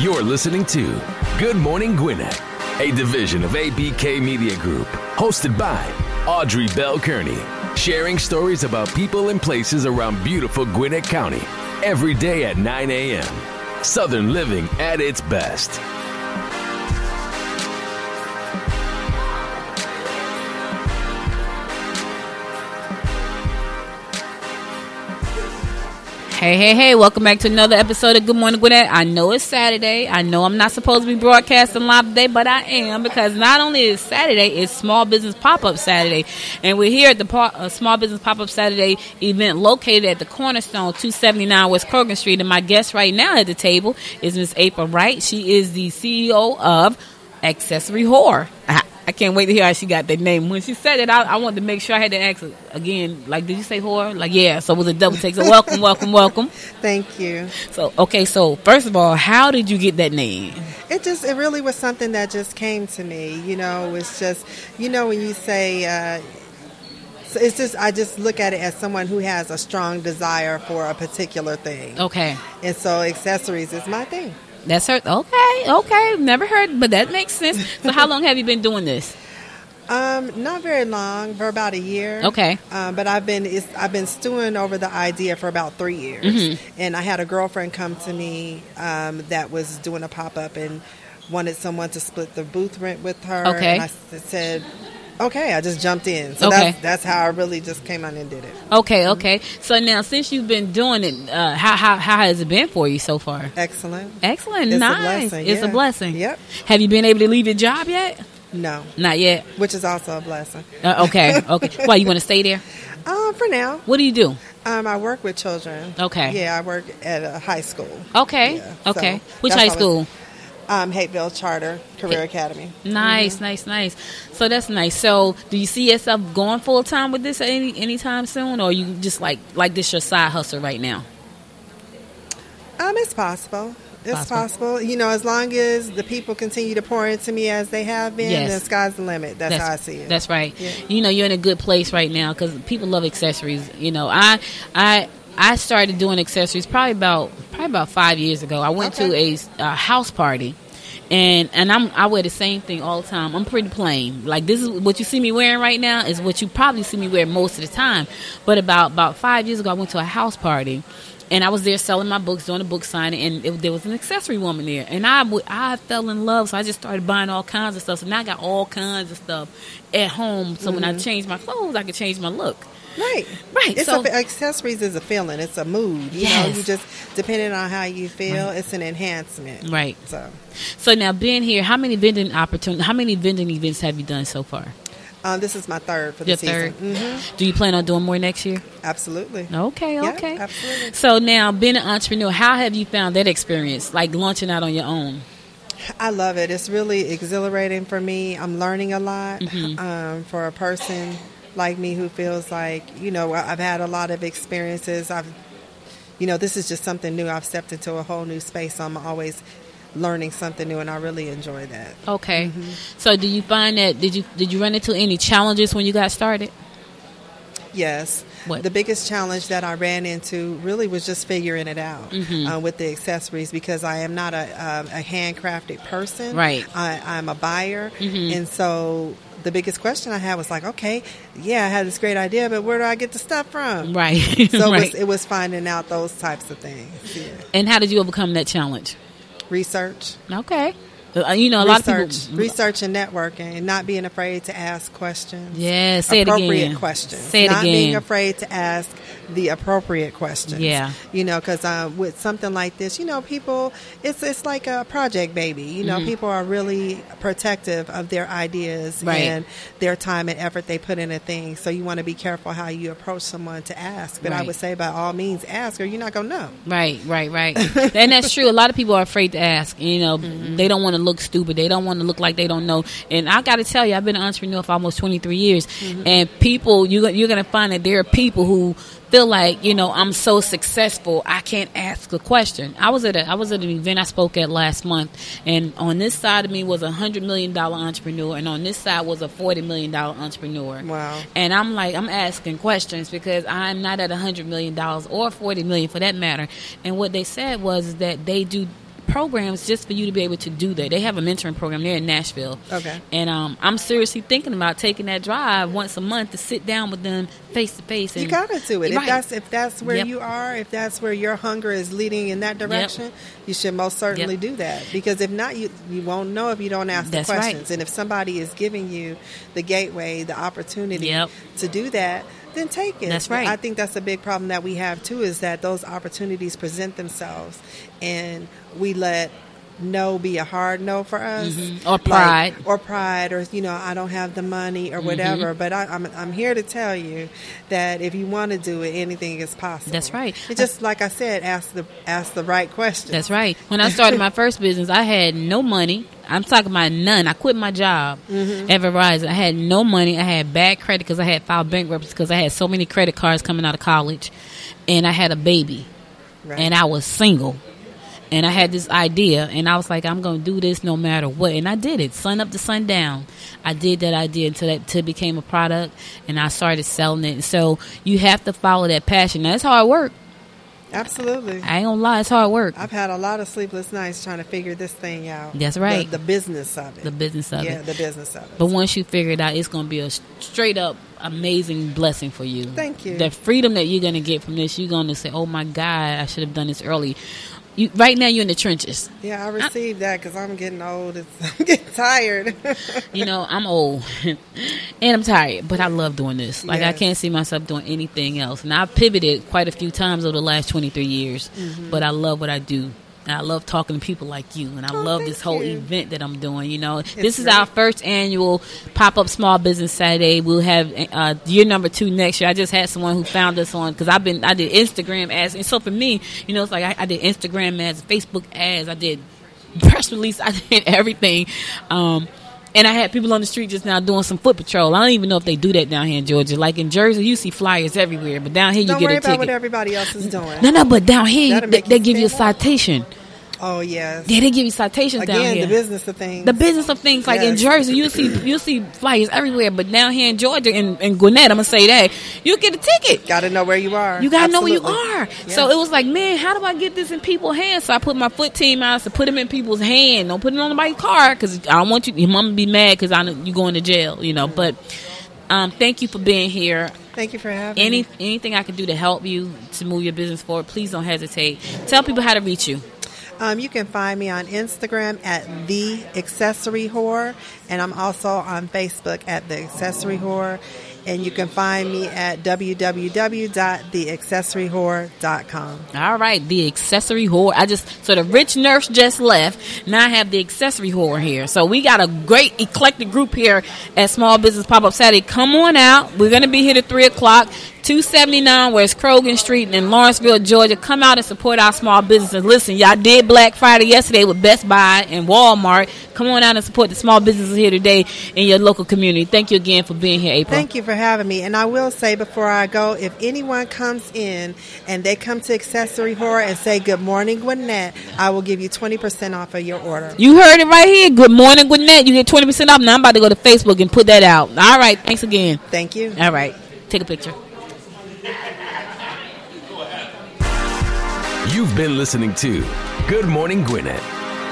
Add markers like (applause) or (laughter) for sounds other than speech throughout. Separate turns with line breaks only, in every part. You're listening to Good Morning Gwinnett, a division of ABK Media Group, hosted by Audrey Bell Kearney, sharing stories about people and places around beautiful Gwinnett County every day at 9 a.m. Southern living at its best.
Hey, hey, hey, welcome back to another episode of Good Morning Gwinnett. I know it's Saturday. I know I'm not supposed to be broadcasting live today, but I am because not only is Saturday, it's Small Business Pop Up Saturday. And we're here at the pa- uh, Small Business Pop Up Saturday event located at the Cornerstone, 279 West Krogan Street. And my guest right now at the table is Miss April Wright. She is the CEO of Accessory Whore.
Uh-huh.
I, I can't wait to hear how she got that name. When she said it, I, I wanted to make sure I had to ask her again. Like, did you say whore? Like, yeah. So it was a double
(laughs)
take. So welcome, welcome, welcome.
Thank you.
So okay, so first of all, how did you get that name?
It just, it really was something that just came to me. You know, it's just, you know, when you say, uh, so it's just, I just look at it as someone who has a strong desire for a particular thing.
Okay,
And so accessories is my thing.
that's her. Okay, okay, never heard, but that makes sense. So how long have you been doing this?
Um, not very long, for about a year.
Okay.
Um, but I've been it's, I've been stewing over the idea for about three years,
Mm-hmm.
and I had a girlfriend come to me um, that was doing a pop up and wanted someone to split the booth rent with her.
Okay.
And I s- said, okay, I just jumped in. So
Okay.
that's that's how I really just came out and did it.
Okay, okay. Mm-hmm. So now since you've been doing it, uh, how how how has it been for you so far?
Excellent.
Excellent,
It's a
nice.
blessing,
It's a
yeah.
blessing.
Yep.
Have you been able to leave your job yet?
No,
Not yet.
which is also a blessing.
Uh,
(laughs)
okay, okay. Why you want to stay there?
Um, for now,
What do you do?
um, I work with children.
Okay.
Yeah, I work at a high school.
Okay,
Yeah, so
okay. Which
that's
high
how it-
school?
Um, Hateville Charter Career Academy.
Nice, nice, nice. So that's nice. So do you see yourself going full time with this any anytime soon, or you just like like this your side hustle right now?
Um, it's possible. It's
Possible.
possible. You know, as long as the people continue to pour into me as they have been,
Yes.
then sky's the limit. That's, how I see it.
That's right.
Yeah.
You know, you're in a good place right now because people love accessories. You know, I, I, I started doing accessories probably about probably about five years ago. I went
Okay.
to a, a house party. And and I'm I wear the same thing all the time. I'm pretty plain. Like this is what you see me wearing right now is what you probably see me wear most of the time. But about about five years ago, I went to a house party, and I was there selling my books, doing a book signing, and it, there was an accessory woman there, and I w- I fell in love, so I just started buying all kinds of stuff. So now I got all kinds of stuff at home. So when I change my clothes, I can change my look.
right.
Right,
It's
so-
a, accessories is a feeling. It's a mood. You
Yes.
know, you just depending on how you feel, it's an enhancement.
Right.
So,
So now being here, how many vending opportun How many vending events have you done so far?
um, this is my third for the
Your
season.
3rd
Mm,
Do you plan on doing more next year?
absolutely.
Okay,
Yeah,
okay.
absolutely.
So now, being an entrepreneur, how have you found that experience, like launching out on your own?
I love it. It's really exhilarating for me. I'm learning a lot um, for a person like me who feels like, you know, I- I've had a lot of experiences. I've, you know, this is just something new. I've stepped into a whole new space. So I'm always learning something new, and I really enjoy that.
Okay. Mm-hmm. So, do you find that did you did you run into any challenges when you got
(laughs)
started?
Yes.
What?
The biggest challenge that I ran into really was just figuring it out
Mm-hmm.
uh, with the accessories because I am not a, um a handcrafted person.
Right. Mm-hmm.
I, I'm a buyer. And so the biggest question I had was like, okay, yeah, I had this great idea, but where do I get the stuff from?
Right. (laughs)
So
right.
it, was, it was finding out those types of things. Yeah.
and how did you overcome that challenge?
Research.
Okay. Uh, You know, a
research,
lot of people
research and networking, and not being afraid to ask questions.
Yeah, say it
appropriate
again.
questions.
Say it
not being
again.
afraid to ask the appropriate questions.
Yeah.
you know, because um, with something like this, you know, people, it's it's like a project baby. You
Mm-hmm.
know, people are really protective of their ideas
Right.
and their time and effort they put into things. So you want to be careful how you approach someone to ask. But I
Right.
would say, by all means, ask, or you're not gonna know.
Right, right, right. (laughs) and that's true. A lot of people are afraid to ask. You know, they don't want to look stupid. They don't want to look like they don't know. And I got to tell you, I've been an entrepreneur for almost 23 years. And people, you, you're going to find that there are people who feel like, you know, I'm so successful, I can't ask a question. I was at a, I was at an event I spoke at last month. And on this side of me was a $100 million entrepreneur. And on this side was a $40 million entrepreneur.
Wow.
And I'm like, I'm asking questions because I'm not at $100 million or $40 million for that matter. And what they said was that they do programs just for you to be able to do that. They have a mentoring program. They're in Nashville.
Okay.
And um, I'm seriously thinking about taking that drive once a month to sit down with them face to face.
You
and-
gotta do it. If
Right.
that's if that's where
Yep.
you are, if that's where your hunger is leading in that direction, you should most certainly
Yep.
do that. Because if not, you you won't know if you don't ask
That's
the
right.
questions. And if somebody is giving you the gateway, the opportunity
Yep.
to do that, then take it.
That's right.
I think that's a big problem that we have too is that those opportunities present themselves, and we let. No, be a hard no for us,
Mm-hmm. Or
Like-
pride.
or pride or you know I don't have the money
Mm-hmm.
or whatever. But I, I'm I'm here to tell you that if you want to do it, anything is possible.
That's right.
It's just like I said, ask the ask the right question.
That's right. When I started my first business, I had no money. I'm talking about none. I quit my job
Mm-hmm.
ever rising. I had no money. I had bad credit because I had filed bankruptcy because I had so many credit cards coming out of college, and I had a baby,
Right.
and I was single. And I had this idea, and I was like, I'm going to do this no matter what. And I did it, sun up to sundown. I did that idea until that till it became a product, and I started selling it. So you have to follow that passion. That's hard work.
Absolutely.
I ain't gonna lie, it's hard work.
I've had a lot of sleepless nights trying to figure this thing out.
That's right.
The, the business of it.
the business of
yeah,
it.
the business of it.
But once you figure it out, it's going to be a straight up amazing blessing for you.
Thank you.
The freedom that you're going to get from this, you're going to say, "Oh my God, I should have done this early." You, right now, you're in the trenches.
yeah, I received that because I'm getting old. It's, (laughs) I'm getting tired. (laughs)
You know, I'm old (laughs) and I'm tired, but I love doing this. Like I
Yes.
can't see myself doing anything else. And I've pivoted quite a few times over the last 23 years,
Mm-hmm.
but I love what I do. And I love talking to people like you, and I love this
Oh, thank
whole
you.
event that I'm doing. You know, this
It's
is
great.
our first annual pop up small business Saturday. We'll have uh, year number two next year. I just had someone who found us on because I've been I did Instagram ads, and so for me, you know, it's like I, I did Instagram ads, Facebook ads, I did press release, I did (laughs) everything. Um, and I had people on the street just now doing some foot patrol. I don't even know if they do that down here in Georgia. Like in Jersey, you see flyers everywhere, but down here you
Don't
get
worry
a
about
ticket.
what everybody else is doing.
no, no, but down here you,
That'll
they,
make
they
you
give you a
stand out.
citation.
Oh yes.
Yeah, they give you citations down
Again,
here
the business of things.
the business of things like in
Yes.
Jersey, you see you see flyers everywhere, but down here in Georgia and in, Gwinnett, I'm gonna say that you get a ticket.
Got to know where you are.
You gotta know where
Absolutely.
you are.
Yeah.
So it was like, man, how do I get this in people's hands? So I put my foot team out to put them in people's hand. Don't put it on nobody's car because I don't want you. Your mom to be mad because I know you going to jail. You know, but. Um, thank you for being here.
Thank you for having me.
Any anything I can do to help you to move your business forward, please don't hesitate. Tell people how to reach you.
Um, you can find me on Instagram at the accessory whore, and I'm also on Facebook at the accessory whore. And you can find me at www.theaccessorywhore.com.
All right, the accessory whore. I just so the rich nurse just left. Now I have the accessory whore here. So we got a great eclectic group here at Small Business Pop Up Saturday. Come on out. We're gonna be here at three o'clock, two seventy nine West Krogan Street in Lawrenceville, Georgia. Come out and support our small businesses. Listen, y'all did Black Friday yesterday with Best Buy and Walmart. Come on out and support the small businesses here today in your local community. Thank you again for being here, April.
Thank you for having me. And I will say before I go, if anyone comes in and they come to Accessory Whore and say, Good morning, Gwinnett, I will give you 20% off of your order.
You heard it right here. Good morning, Gwinnett. You get twenty percent off. Now I'm about to go to Facebook and put that out. All right. Thanks again.
Thank you.
All right. Take a picture.
You've been listening to Good Morning Gwinnett.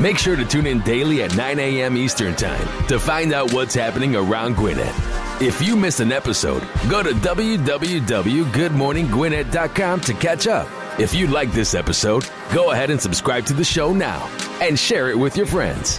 Make sure to tune in daily at 9 a.m. Eastern Time to find out what's happening around Gwinnett. If you missed an episode, go to www.goodmorninggwinnett.com to catch up. If you like this episode, go ahead and subscribe to the show now and share it with your friends.